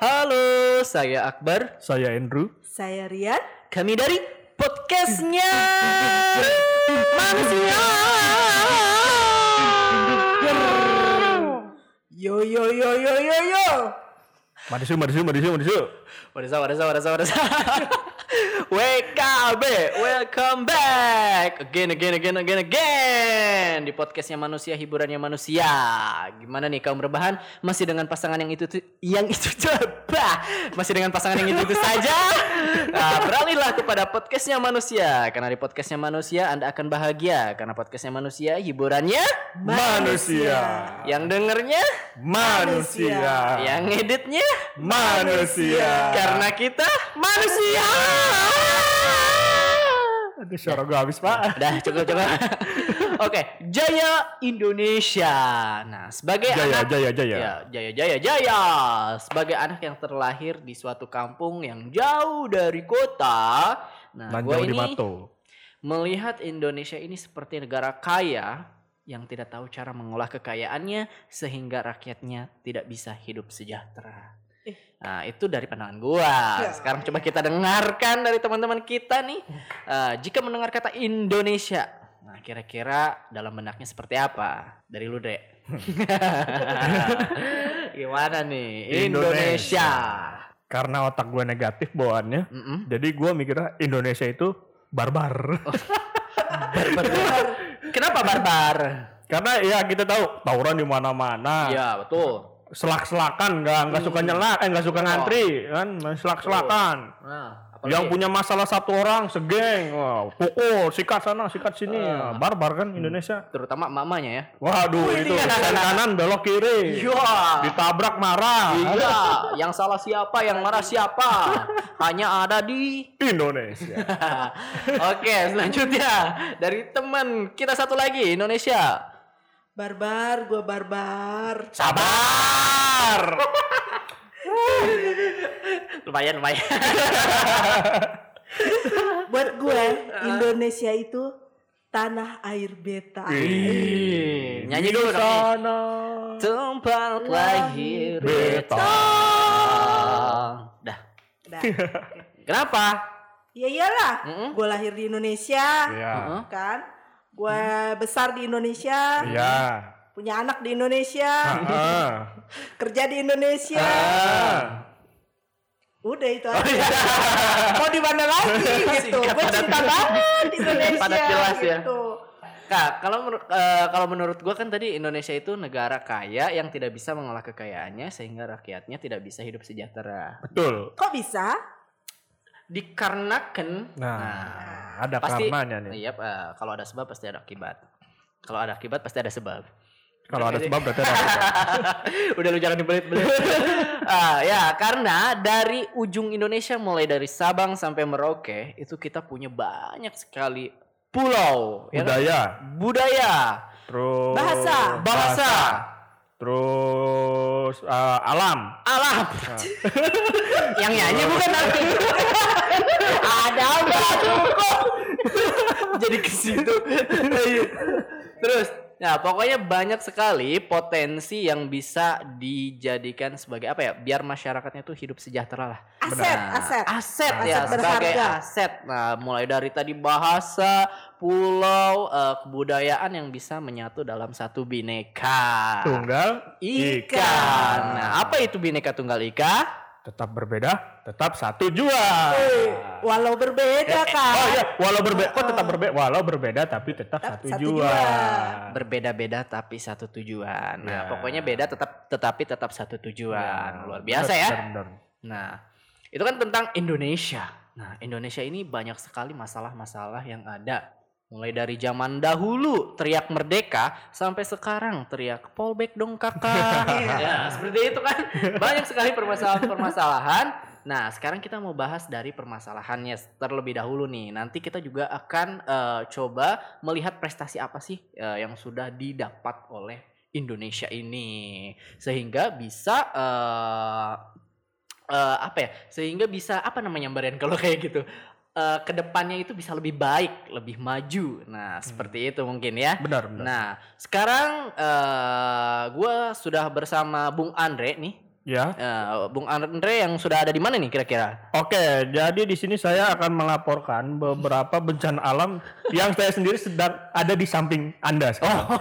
Halo, saya Akbar. Saya Andrew. Saya Rian. Kami dari podcastnya Manusia. Yo yo yo yo yo yo. Madisu, madisu, madisu, madisu. Wadasa, wadasa, wadasa, wadasa. WKB, welcome back again, again, again, again, again di podcastnya manusia hiburannya manusia. Gimana nih kaum rebahan? Masih dengan pasangan yang itu tuh, yang itu coba? Masih dengan pasangan yang itu itu saja? Nah, beralihlah kepada podcastnya manusia karena di podcastnya manusia anda akan bahagia karena podcastnya manusia hiburannya Manusia. yang dengernya, Manusia. Ya. yang ngeditnya Manusia. karena kita manusia. Aduh, suara gue habis, Pak. Udah cukup cukup. Oke, Jaya Indonesia. Nah, sebagai Jaya, anak jaya, jaya. Ya, Jaya Jaya Jaya. Sebagai anak yang terlahir di suatu kampung yang jauh dari kota. Nah, Dan gua jauh di ini Mato. melihat Indonesia ini seperti negara kaya yang tidak tahu cara mengolah kekayaannya sehingga rakyatnya tidak bisa hidup sejahtera. Ih. Nah, itu dari pandangan Ya. gua. Sekarang coba kita dengarkan dari teman-teman kita nih. Eh, jika mendengar kata Indonesia, nah kira-kira dalam benaknya seperti apa? Dari lu, Dek. Gimana nih? Indonesia. Indonesia. Karena otak gue negatif bawaannya. Mm-mm. Jadi gue mikirnya Indonesia itu barbar. Oh. Kenapa barbar? Karena ya kita tahu tawuran di mana-mana. Ya, Mm. betul. Selak-selakan nggak nggak suka nyelak, eh nggak Oh. suka ngantri, kan? Selak-selakan. Nah, apalagi- Yang punya masalah satu orang segeng, wah, pukul, sikat sana, sikat sini, Ah. barbar kan Indonesia. terutama mamanya ya. Waduh, itu sen kanan belok kiri, ditabrak marah. Iya, yang salah siapa, yang marah siapa? Hanya ada di Indonesia. Oke, selanjutnya dari teman kita satu lagi Indonesia. Barbar, gua barbar. Sabar. Lumayan, lumayan. Buat gue Indonesia itu tanah air beta. Ih, Iya. nyanyi Di dulu dong. sana. Tempat lahir Beta. Dah. Dah. Kenapa? Ya iyalah, Mm-mm. gue lahir di Indonesia, Iya. Heeh. kan? Gue besar di Indonesia, Iya. punya anak di Indonesia, Iya. Ah. kerja di Indonesia. Ah. Oh, iya. Udah itu Oh, aja. iya. Mau di mana lagi gitu? Singkat, Gue padat. cinta banget di Indonesia. Padat jelas ya. gitu. Kak, kalau menur- eh, kalau menurut gua kan tadi Indonesia itu negara kaya yang tidak bisa mengolah kekayaannya sehingga rakyatnya tidak bisa hidup sejahtera. Betul. Kok bisa? Dikarenakan Nah, ada pasti karenanya nih. Iya, eh, kalau ada sebab pasti ada akibat. Kalau ada akibat pasti ada sebab. Kalau Iya. ada sebab berarti ada. sebab. Udah lu jangan dibelit-belit. Ah, ya, karena dari ujung Indonesia mulai dari Sabang sampai Merauke itu kita punya banyak sekali pulau, ya kan? Budaya, Oh, budaya, terus Bahasa. bahasa, terus eh, alam. alam. Yang nyanyi bukan aku. Ada apa tuh? kok? Jadi ke situ. Iya. Terus, nah pokoknya banyak sekali potensi yang bisa dijadikan sebagai apa ya? Biar masyarakatnya tuh hidup sejahtera lah. Aset, Nah, aset. Ah. Aset aset, ya sebagai berharga. aset. Nah, mulai dari tadi bahasa, pulau, eh, kebudayaan yang bisa menyatu dalam satu bineka. Tunggal Ikan. Nah, apa itu bineka tunggal ika? tetap berbeda, tetap satu jua. Oh. Walau berbeda kan. Oh iya, walau berbeda, kok tetap berbeda, walau berbeda tapi tetap Ah. Tetap satu, satu jua. jua. Berbeda-beda tapi satu tujuan. Nah, Ya. pokoknya beda tetap tetapi tetap satu tujuan. Nah, Luar biasa bener, ya. bener, bener. Nah, itu kan tentang Indonesia. Nah, Indonesia ini banyak sekali masalah-masalah yang ada. Mulai dari zaman dahulu teriak merdeka sampai sekarang teriak polbek dong kakak. ya, seperti itu kan. Banyak sekali permasalahan-permasalahan. Nah, sekarang kita mau bahas dari permasalahannya terlebih dahulu nih. Nanti kita juga akan eh, coba melihat prestasi apa sih eh, yang sudah didapat oleh Indonesia ini sehingga bisa eh, eh, apa ya sehingga bisa apa namanya Mbak Rian kalau kayak gitu Eh, kedepannya itu bisa lebih baik lebih maju Hmm. nah seperti itu mungkin ya Benar, benar. nah sekarang eh gue sudah bersama Bung Andre nih Ya. Nah, Bung Andre yang sudah ada di mana nih kira-kira? Oke, jadi di sini saya akan melaporkan beberapa bencana alam yang saya sendiri sedang ada di samping Anda. Oh,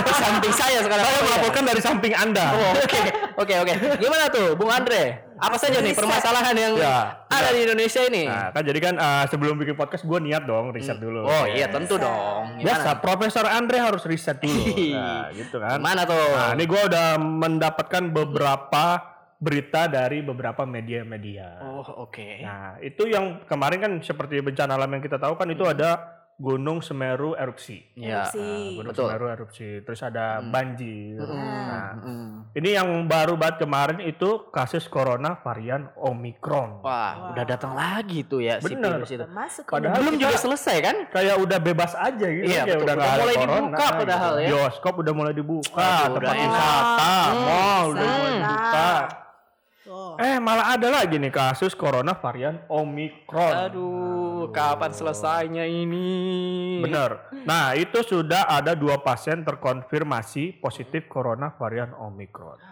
Di samping saya sekarang. saya melaporkan dari samping Anda. Oh, Oke, oke, oke. Gimana tuh, Bung Andre? Apa saja nih permasalahan yang Ya, ada di Indonesia ini? Nah, kan jadi kan eh, sebelum bikin podcast gue niat dong riset dulu. Oh iya tentu dong. Biasa, Profesor Andre harus riset dulu. Nah, gitu kan. Gimana tuh? Nah, ini gue udah mendapatkan beberapa berita dari beberapa media-media. Oh oke. Nah, itu yang kemarin kan seperti bencana alam yang kita tahu kan Hmm. itu ada Gunung Semeru erupsi. Ya. Erupsi. Nah, Gunung Betul. Hmm. Semeru erupsi, terus ada banjir. Nah, Mm. ini yang baru banget kemarin itu kasus corona varian Omicron. Wah, udah datang lagi tuh ya si Bener. virus itu. Masuk Padahal Belum kita juga selesai kan? kayak udah bebas aja gitu Iya, betul. kayak udah Udah nggak ada mulai corona, Iya, gitu. dibuka padahal ya. Bioskop udah mulai dibuka, Aduh, udah tempat enak. wisata, Hmm, mall udah mulai enak. dibuka. Oh. Eh, malah ada lagi nih kasus corona varian Omicron. Aduh, kapan selesainya ini? Bener. Nah, itu sudah ada dua pasien terkonfirmasi positif corona varian Omicron.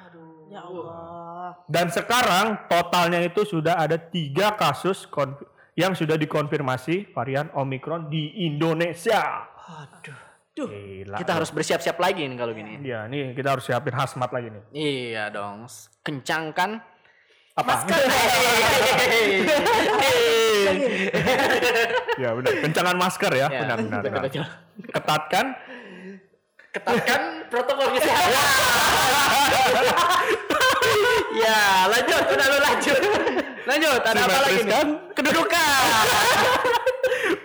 Ya Allah. Dan sekarang totalnya itu sudah ada tiga kasus konf- yang sudah dikonfirmasi varian Omicron di Indonesia. Aduh. Gila. Kita harus bersiap-siap lagi nih kalau gini. Iya, nih kita harus siapin hazmat lagi nih. Iya dong. kan? Kencangkan Apa? Iya, ya benar. Kencangan masker ya. Benar, benar, benar. betul. Ketatkan. Ketatkan protokol kesehatan. ya, lanjut, udah lu lanjut. Lanjut, ada apa lagi nih? Simetriskan. Kedudukan.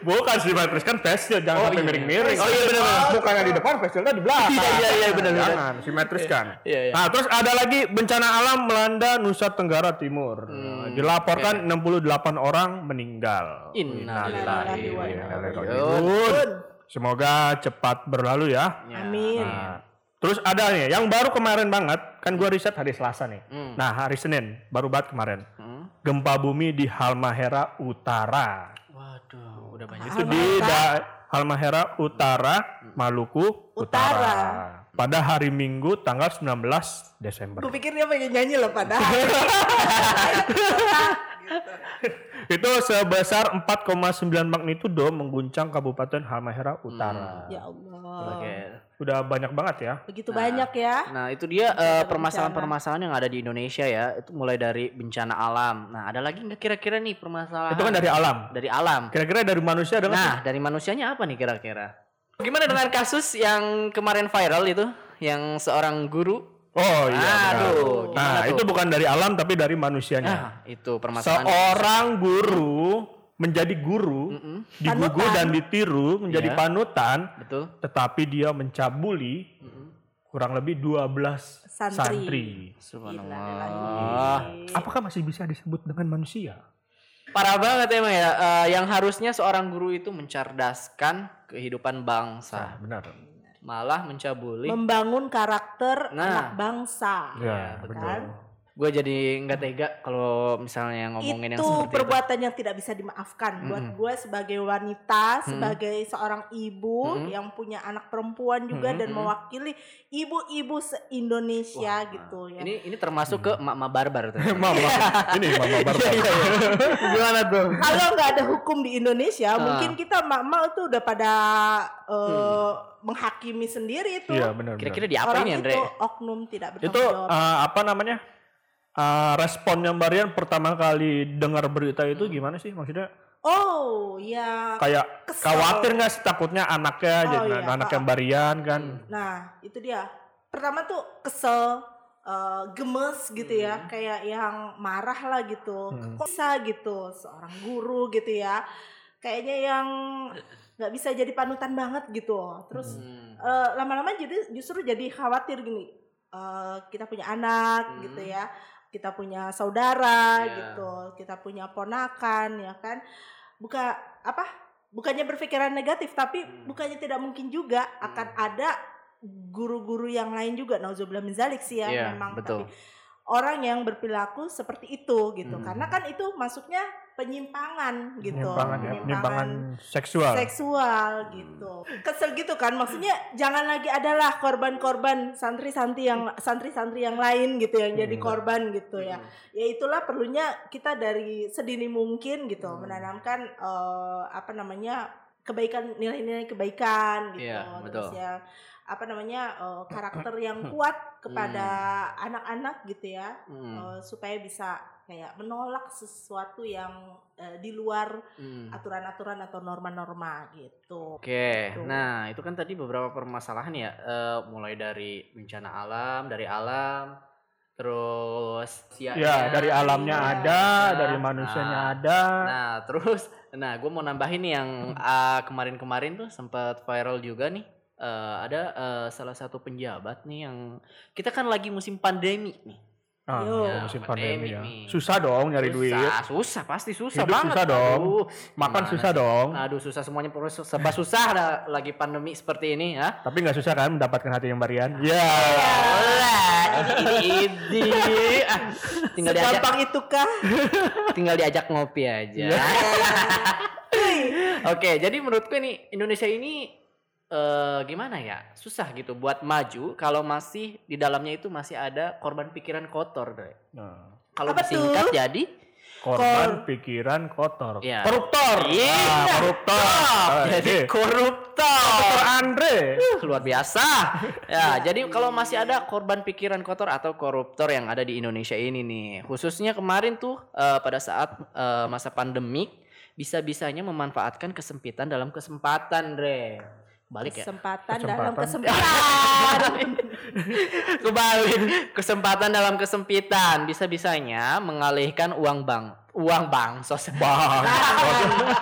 Bukan sih simetriskan Oh, facial jangan iya. sampai miring-miring. Oh, iya, benar, benar. Bukannya di depan, facialnya di belakang. Iya, iya, iya, benar, benar. Jangan simetriskan. Iya, iya. Nah, terus ada lagi bencana alam melanda Nusa Tenggara Timur. Hmm, Dilaporkan 68 orang meninggal. Innalillahi wa inna Innalillahi wa ilaihi inna raji'un. Iya. ilaihi raji'un. Semoga cepat berlalu ya. Amin. Nah, terus ada nih yang baru kemarin banget, kan gua riset hari Selasa nih. Hmm. Nah, hari Senin baru banget kemarin. Hmm. Gempa bumi di Halmahera Utara. Waduh, udah banyak. Itu di da- Halmahera Utara, Maluku Utara. Utara. Pada hari Minggu tanggal 19 Desember. Gue pikir dia pengen nyanyi loh padahal. Itu sebesar 4,9 magnitudo mengguncang Kabupaten Halmahera Hmm. Utara. ya Allah. Oke. Udah banyak banget ya. Begitu banyak ya. Nah, itu dia eh, permasalahan-permasalahan yang ada di Indonesia ya. Itu mulai dari bencana alam. Nah, ada lagi nggak kira-kira nih permasalahan Itu kan dari alam. dari alam? Kira-kira dari manusia ada nggak Nah, dari manusianya apa nih kira-kira? Gimana dengan kasus yang kemarin viral itu? Yang seorang guru? Oh iya. benar. Aduh, gimana Nah, tuh? itu bukan dari alam tapi dari manusianya. Nah, itu permasalahan. Seorang guru menjadi guru, digugu Panutan. dan ditiru Iya. menjadi panutan, Betul. tetapi dia mencabuli kurang lebih 12 Santri. santri. Subhanallah. Apakah masih bisa disebut dengan manusia? Parah banget emang ya. Eh, yang harusnya seorang guru itu mencerdaskan kehidupan bangsa, benar. malah mencabuli. Membangun karakter Nah. Iya, anak bangsa. kan? Ya, betul. benar. Gue jadi nggak tega kalau misalnya ngomongin itu yang seperti perbuatan yang tidak bisa dimaafkan buat Mm-mm. gue sebagai wanita sebagai seorang ibu Mm-mm. yang punya anak perempuan juga dan Mm-mm. mewakili ibu-ibu se Indonesia Wah, gitu itu. ya Ini ini termasuk ke mama barbar tuh. Iya, Mama, ini mama barbar. Gimana tuh? kalau nggak ada hukum di Indonesia Ah. mungkin kita mak-mak tuh udah pada eh, menghakimi sendiri itu Hmm. Iya, benar. benar. Kira-kira diapain orang ya, Andre? itu oknum tidak itu bertanggung jawab eh, apa namanya Eh, respon yang Marian pertama kali dengar berita itu gimana sih maksudnya oh ya kayak Kesel. khawatir nggak sih takutnya anaknya Oh, jadi iya, anaknya ah. Marian kan Nah, itu dia. Pertama tuh kesel, eh, gemes gitu ya, kayak yang marah lah gitu. Hmm. Kok bisa gitu, seorang guru gitu ya. Kayaknya yang nggak bisa jadi panutan banget gitu. Terus Hmm. eh, lama-lama jadi justru jadi khawatir gini. Eh, kita punya anak Hmm. gitu ya. Kita punya saudara Iya. gitu. Kita punya ponakan ya kan. Buka apa? Bukannya berpikiran negatif tapi Hmm. bukannya tidak mungkin juga akan ada guru-guru yang lain juga nauzubillah min zalik sih ya Iya, memang betul. tapi orang yang berperilaku seperti itu gitu. Hmm. Karena kan itu masuknya penyimpangan gitu. penyimpangan ya, penyimpangan seksual. seksual Hmm. gitu. Kesel gitu kan maksudnya jangan lagi adalah korban-korban santri-santri yang Hmm. santri-santri yang lain gitu yang jadi Hmm. korban gitu ya. Ya itulah perlunya kita dari sedini mungkin gitu Hmm. menanamkan eh, apa namanya kebaikan nilai-nilai kebaikan gitu. Iya, Terus betul. ya apa namanya eh, karakter yang kuat kepada anak-anak gitu ya Hmm, eh, supaya bisa kayak menolak sesuatu yang eh, di luar hmm. aturan-aturan atau norma-norma gitu. Oke, Gitu. nah itu kan tadi beberapa permasalahan ya, eh, mulai dari bencana alam, dari alam, terus Ya, dari alamnya Iya. ada, dari manusianya ada ada. Nah, terus, nah gue mau nambahin nih yang Hmm. ah, kemarin-kemarin tuh sempat viral juga nih. Eh, ada eh, salah satu penjabat nih yang kita kan lagi musim pandemi nih. Ah, Yo. ya, musim pandemi Pandemi ya. nih. Susah dong nyari susah, duit. susah pasti susah Hidup banget. susah dong. Aduh, Makan Gimana susah sih? dong. aduh susah semuanya perlu sus- serba susah dah lagi pandemi seperti ini ya. Tapi nggak susah kan mendapatkan hati yang varian. Ya. Lah, Iya, ini ini, ini. Ah, tinggal diajak Segampang itukah? tinggal diajak ngopi aja. Iya. Oke, jadi menurutku ini Indonesia ini eh, gimana ya? Susah gitu buat maju kalau masih di dalamnya itu masih ada korban pikiran kotor, Dre. Nah, Kalau Apa tuh? disingkat jadi korban pikiran kotor. Iya. Koruptor. Iya. Ah, koruptor. Ah, jadi iya. koruptor. Koruptor Andre. luar biasa. Ya, jadi kalau masih ada korban pikiran kotor atau koruptor yang ada di Indonesia ini nih, khususnya kemarin tuh eh, pada saat eh, masa pandemik bisa-bisanya memanfaatkan kesempitan dalam kesempatan, Dre. Balik ya. Kesempatan dalam Kesempatan. kesempatan. Kebalik. Kesempatan dalam kesempitan bisa-bisanya mengalihkan uang bank, uang bansos. Bang.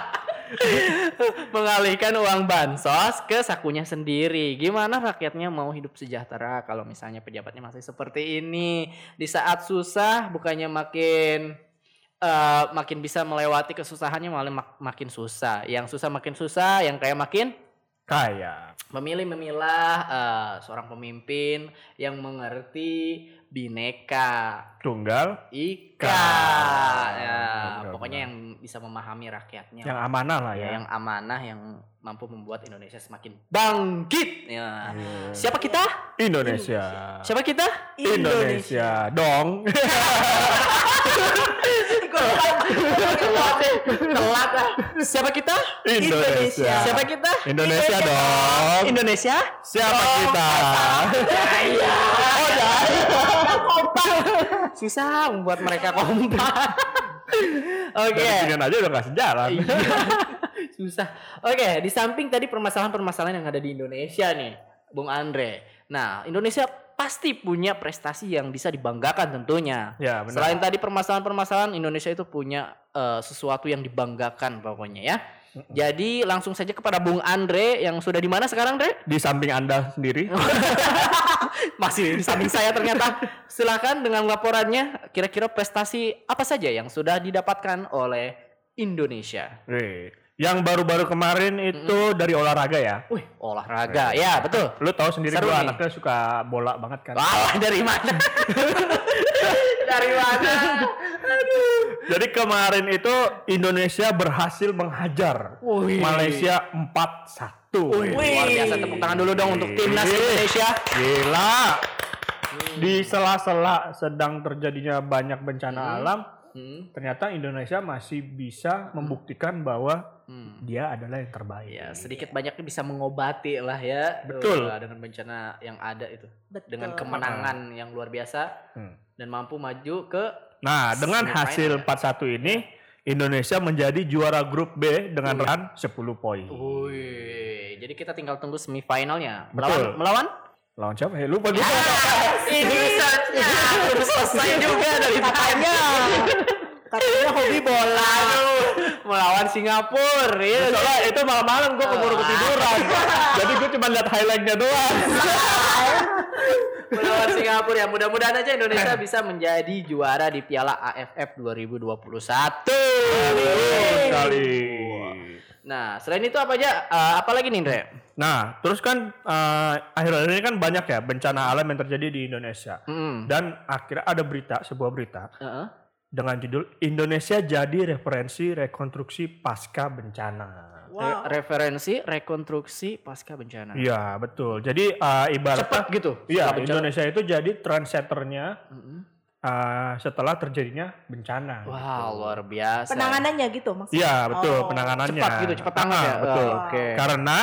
mengalihkan uang bansos ke sakunya sendiri. Gimana rakyatnya mau hidup sejahtera kalau misalnya pejabatnya masih seperti ini? Di saat susah bukannya makin eh, makin bisa melewati kesusahannya malah mak- makin susah. Yang susah makin susah, yang kaya makin Kaya. memilih memilah eh, seorang pemimpin yang mengerti bineka Tunggal ika. Ka. Ya, Benar, pokoknya benar. yang bisa memahami rakyatnya yang amanah lah ya. ya, yang amanah yang mampu membuat Indonesia semakin bangkit. Ya. Iya. Siapa kita? Indonesia. Siapa kita? Indonesia. Dong. Telat, eh. telat. ah. Siapa kita? Indonesia. Siapa kita? Indonesia dong. Indonesia? Siapa kita? Iya. Susah membuat mereka kompak. Oke. Dari pilihan aja udah gak sejalan. Iya. Susah. Oke, di samping tadi permasalahan-permasalahan yang ada di Indonesia nih, Bung Andre. Nah, Indonesia pasti punya prestasi yang bisa dibanggakan tentunya. Ya benar. Selain tadi permasalahan-permasalahan Indonesia itu punya eh, sesuatu yang dibanggakan pokoknya ya. Jadi langsung saja kepada Bung Andre yang sudah di mana sekarang, Dre? Di samping anda sendiri. Mm. Masih di samping saya ternyata. Silakan dengan laporannya kira-kira prestasi apa saja yang sudah didapatkan oleh Indonesia. Wih. Yang baru-baru kemarin itu dari olahraga ya. Wih, olahraga. Ya, betul. Lu tahu sendiri Seru gua nih. anaknya suka bola banget kan. Wah, dari mana? dari mana? Jadi kemarin itu Indonesia berhasil menghajar Wih. Malaysia 4-1. Wih, luar biasa tepuk tangan dulu dong untuk timnas Wih. Indonesia. Gila. Di sela-sela sedang terjadinya banyak bencana Hmm. alam, Hmm, ternyata Indonesia masih bisa membuktikan bahwa hmm. dia adalah yang terbaik. Ya, sedikit banyaknya bisa mengobati lah ya. Betul. Tuh, dengan bencana yang ada itu. Betul. Dengan kemenangan yang luar biasa Hmm. dan mampu maju ke Nah, dengan Semifinal ya. hasil 4-1 ini Indonesia menjadi juara grup B dengan Wih. raihan 10 poin. Wih, jadi kita tinggal tunggu semifinalnya. Melawan Betul. melawan Ah, Lawan siapa? Eh, lupa gua. ini saatnya belum selesai juga dari Katanya. Katanya hobi bola. Aduh, melawan Singapura. Ya, Soalnya itu malam-malam gue Ah. keburu Oh. ketiduran. Jadi gue cuma lihat highlightnya doang. melawan Singapura ya. Mudah-mudahan aja Indonesia bisa menjadi juara di Piala AFF 2021. Sekali. Nah, selain itu apa aja? Eh, apa lagi nih, Andre? Nah, terus kan eh, akhir-akhir ini kan banyak ya bencana alam yang terjadi di Indonesia. Mm. Dan akhirnya ada berita, sebuah berita Heeh. dengan judul Indonesia jadi referensi rekonstruksi pasca bencana. Re- Wow. referensi rekonstruksi pasca bencana. Iya, betul. Jadi eh, Cepat ibaratnya gitu. Iya, setelah bencana. Indonesia itu jadi trendsetternya Mm-mm. eh, setelah terjadinya bencana. Wah, gitu. luar biasa. Penanganannya gitu maksudnya. Iya, betul, Oh. penanganannya. cepat gitu, cepat tangan Ah, ya. Betul. Oh, Oke. Karena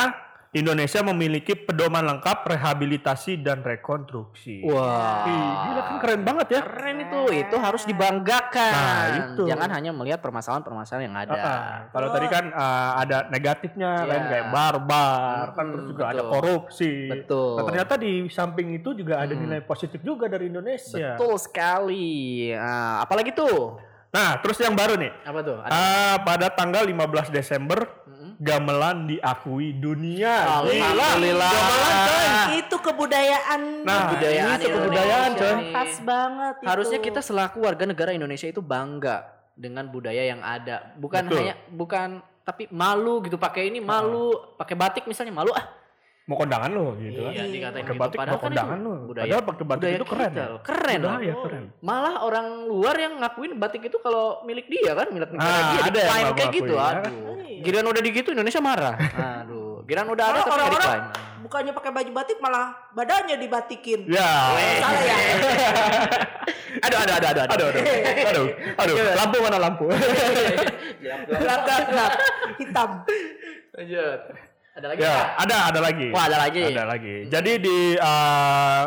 Indonesia memiliki pedoman lengkap rehabilitasi dan rekonstruksi. Wah. Ih, gila kan keren banget ya. Keren itu, itu harus dibanggakan. Nah, itu. Jangan hanya melihat permasalahan-permasalahan yang ada. Ah, Kalau Betul. tadi kan ah, ada negatifnya, Iya. lain kayak barbar, kan Hmm, terus juga ada betul. korupsi. Betul. Nah, ternyata di samping itu juga ada Hmm. nilai positif juga dari Indonesia. Betul sekali. Ah, Nah, apalagi tuh? Nah, terus yang baru nih, Apa tuh? Ada- ah, pada tanggal 15 Desember Mm-mm. gamelan diakui dunia. Alhamdulillah. gamelan coy. Itu kebudayaan. Nah, Iya. Kebudayaan ini kebudayaan Indonesia coy. nih. Pas banget itu. Harusnya kita selaku warga negara Indonesia itu bangga dengan budaya yang ada. Bukan Betul. hanya bukan tapi malu gitu pakai ini malu, pakai batik misalnya malu ah. Mau kondangan lo gitu kan. Iya, dikatain Pakai gitu. batik Padahal mau kan itu kondangan lo. budaya. Padahal pakai batik budaya itu keren. kita ya. loh. Keren loh. Budaya keren. Malah orang luar yang ngakuin batik itu kalau milik dia kan, milik negara Ah, dia. ada yang diklaim ngaku- kayak gitu. ngakuin, ya. Aduh. Iya. Giran udah digitu Indonesia marah. Aduh, giran udah ada Malah tapi nggak orang-orang- diklaim. bukannya pakai baju batik malah badannya dibatikin. Ya. Salah ya. Aduh, aduh, aduh, aduh, Aduh, aduh, aduh, aduh, lampu mana lampu? Gelap gelap gelap. Iya. Hitam. Lanjut. Ada lagi? Kak? ya, ada, ada lagi. Wah, ada lagi. Ada lagi. Jadi di eh,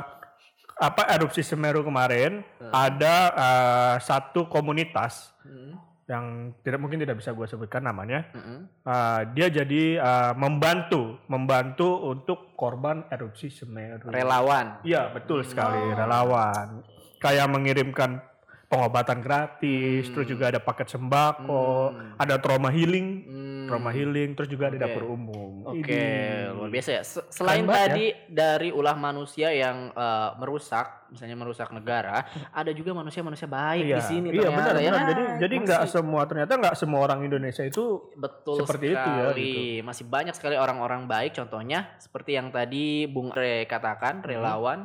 apa erupsi Semeru kemarin ada eh, satu komunitas Mm, yang tidak mungkin tidak bisa gue sebutkan namanya. mm, mm. Eh, dia jadi eh, membantu, membantu untuk korban erupsi Semeru. Relawan. Iya betul sekali relawan. Kayak mengirimkan pengobatan gratis, terus Hmm. juga ada paket sembako, ada trauma healing, Hmm, trauma healing, terus juga Oke. ada dapur umum. Oke, Ini. luar biasa ya. Se- Selain banget ya. tadi dari ulah manusia yang eh, merusak, misalnya merusak negara, ada juga manusia-manusia baik Iya, di sini iya ternyata ya. benar, benar. Jadi jadi nggak Masih. semua ternyata nggak semua orang Indonesia itu Betul Seperti itu sekali. ya, Masih banyak sekali orang-orang baik contohnya seperti yang tadi Bung Re katakan Mm-hmm. relawan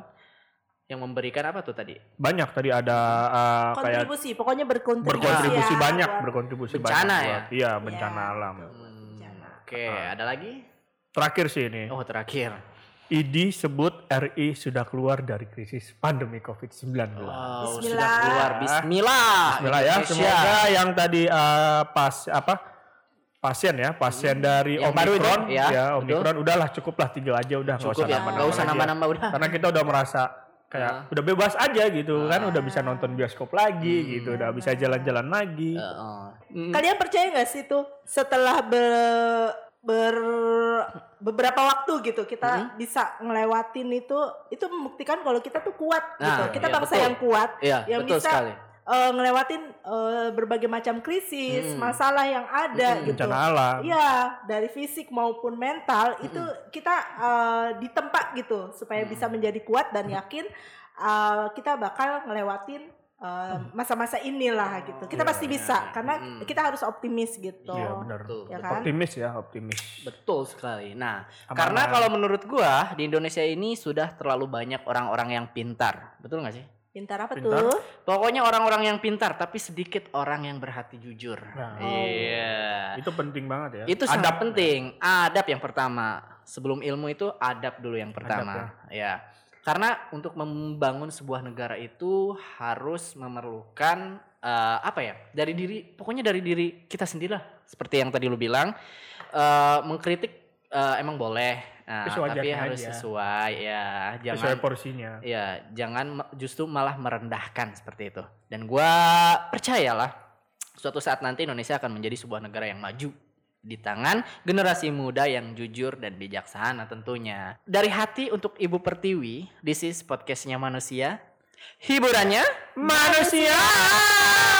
yang memberikan apa tuh tadi? banyak tadi ada eh, kayak Kontribusi, pokoknya berkontribusi. berkontribusi ya banyak, buat- berkontribusi Iya. Bencana banyak ya? buat- Iya, bencana Ya, alam. betul, buat bencana. Oke, ada lagi? Terakhir sih ini. Oh, terakhir. IDI sebut RI sudah keluar dari krisis pandemi COVID-19. Wow, sudah Bismillah. keluar bismillah. Bismillah ya. Indonesia. Semoga yang tadi eh, pas apa pasien ya pasien dari Hmm. Yang baru itu, Omicron ya, ya, betul. Omicron udahlah cukuplah tiga aja udah cukup nggak usah ya, nambah-nambah nggak usah lagi ya. nambah-nambah udah. karena kita udah merasa Ah. kayak udah bebas aja gitu Ah. kan Hmm. udah bisa nonton bioskop lagi gitu udah bisa jalan-jalan lagi Eh, eh. Mm. Kalian percaya nggak sih tuh setelah ber, ber- beberapa waktu gitu Hmm. kita bisa ngelewatin itu itu membuktikan kalau kita tuh kuat gitu. Nah, Kita iya, bangsa betul. yang kuat Iya, Ya, yang betul bisa sekali. eh, ngelewatin eh, berbagai macam krisis, Hmm. masalah yang ada Hmm. gitu. bencana alam Iya, dari fisik maupun mental itu kita eh, ditempa gitu supaya bisa menjadi kuat dan yakin eh, kita bakal ngelewatin eh, masa-masa inilah gitu. Kita Iya, pasti bisa iya. karena Mm. kita harus optimis gitu. iya benar Betul. Ya kan? optimis ya optimis Betul sekali. Nah, Aman. karena kalau menurut gua di Indonesia ini sudah terlalu banyak orang-orang yang pintar. Betul nggak sih? Pintar apa Pintar. tuh? Pokoknya orang-orang yang pintar tapi sedikit orang yang berhati jujur. Nah. Iya. itu penting banget ya Itu sangat penting. Adab yang pertama. Sebelum ilmu itu adab dulu yang pertama. ya. Karena untuk membangun sebuah negara itu harus memerlukan eh, apa ya? Dari diri, pokoknya dari diri kita sendirilah. Seperti yang tadi lu bilang, eh, mengkritik eh, emang boleh, Nah, tapi Sewajarnya harus aja. sesuai ya. Jangan sesuai porsinya Ya, jangan me- justru malah merendahkan seperti itu. Dan gua percayalah suatu saat nanti Indonesia akan menjadi sebuah negara yang maju di tangan generasi muda yang jujur dan bijaksana tentunya. Dari hati untuk Ibu Pertiwi, this is podcastnya manusia. Hiburannya manusia.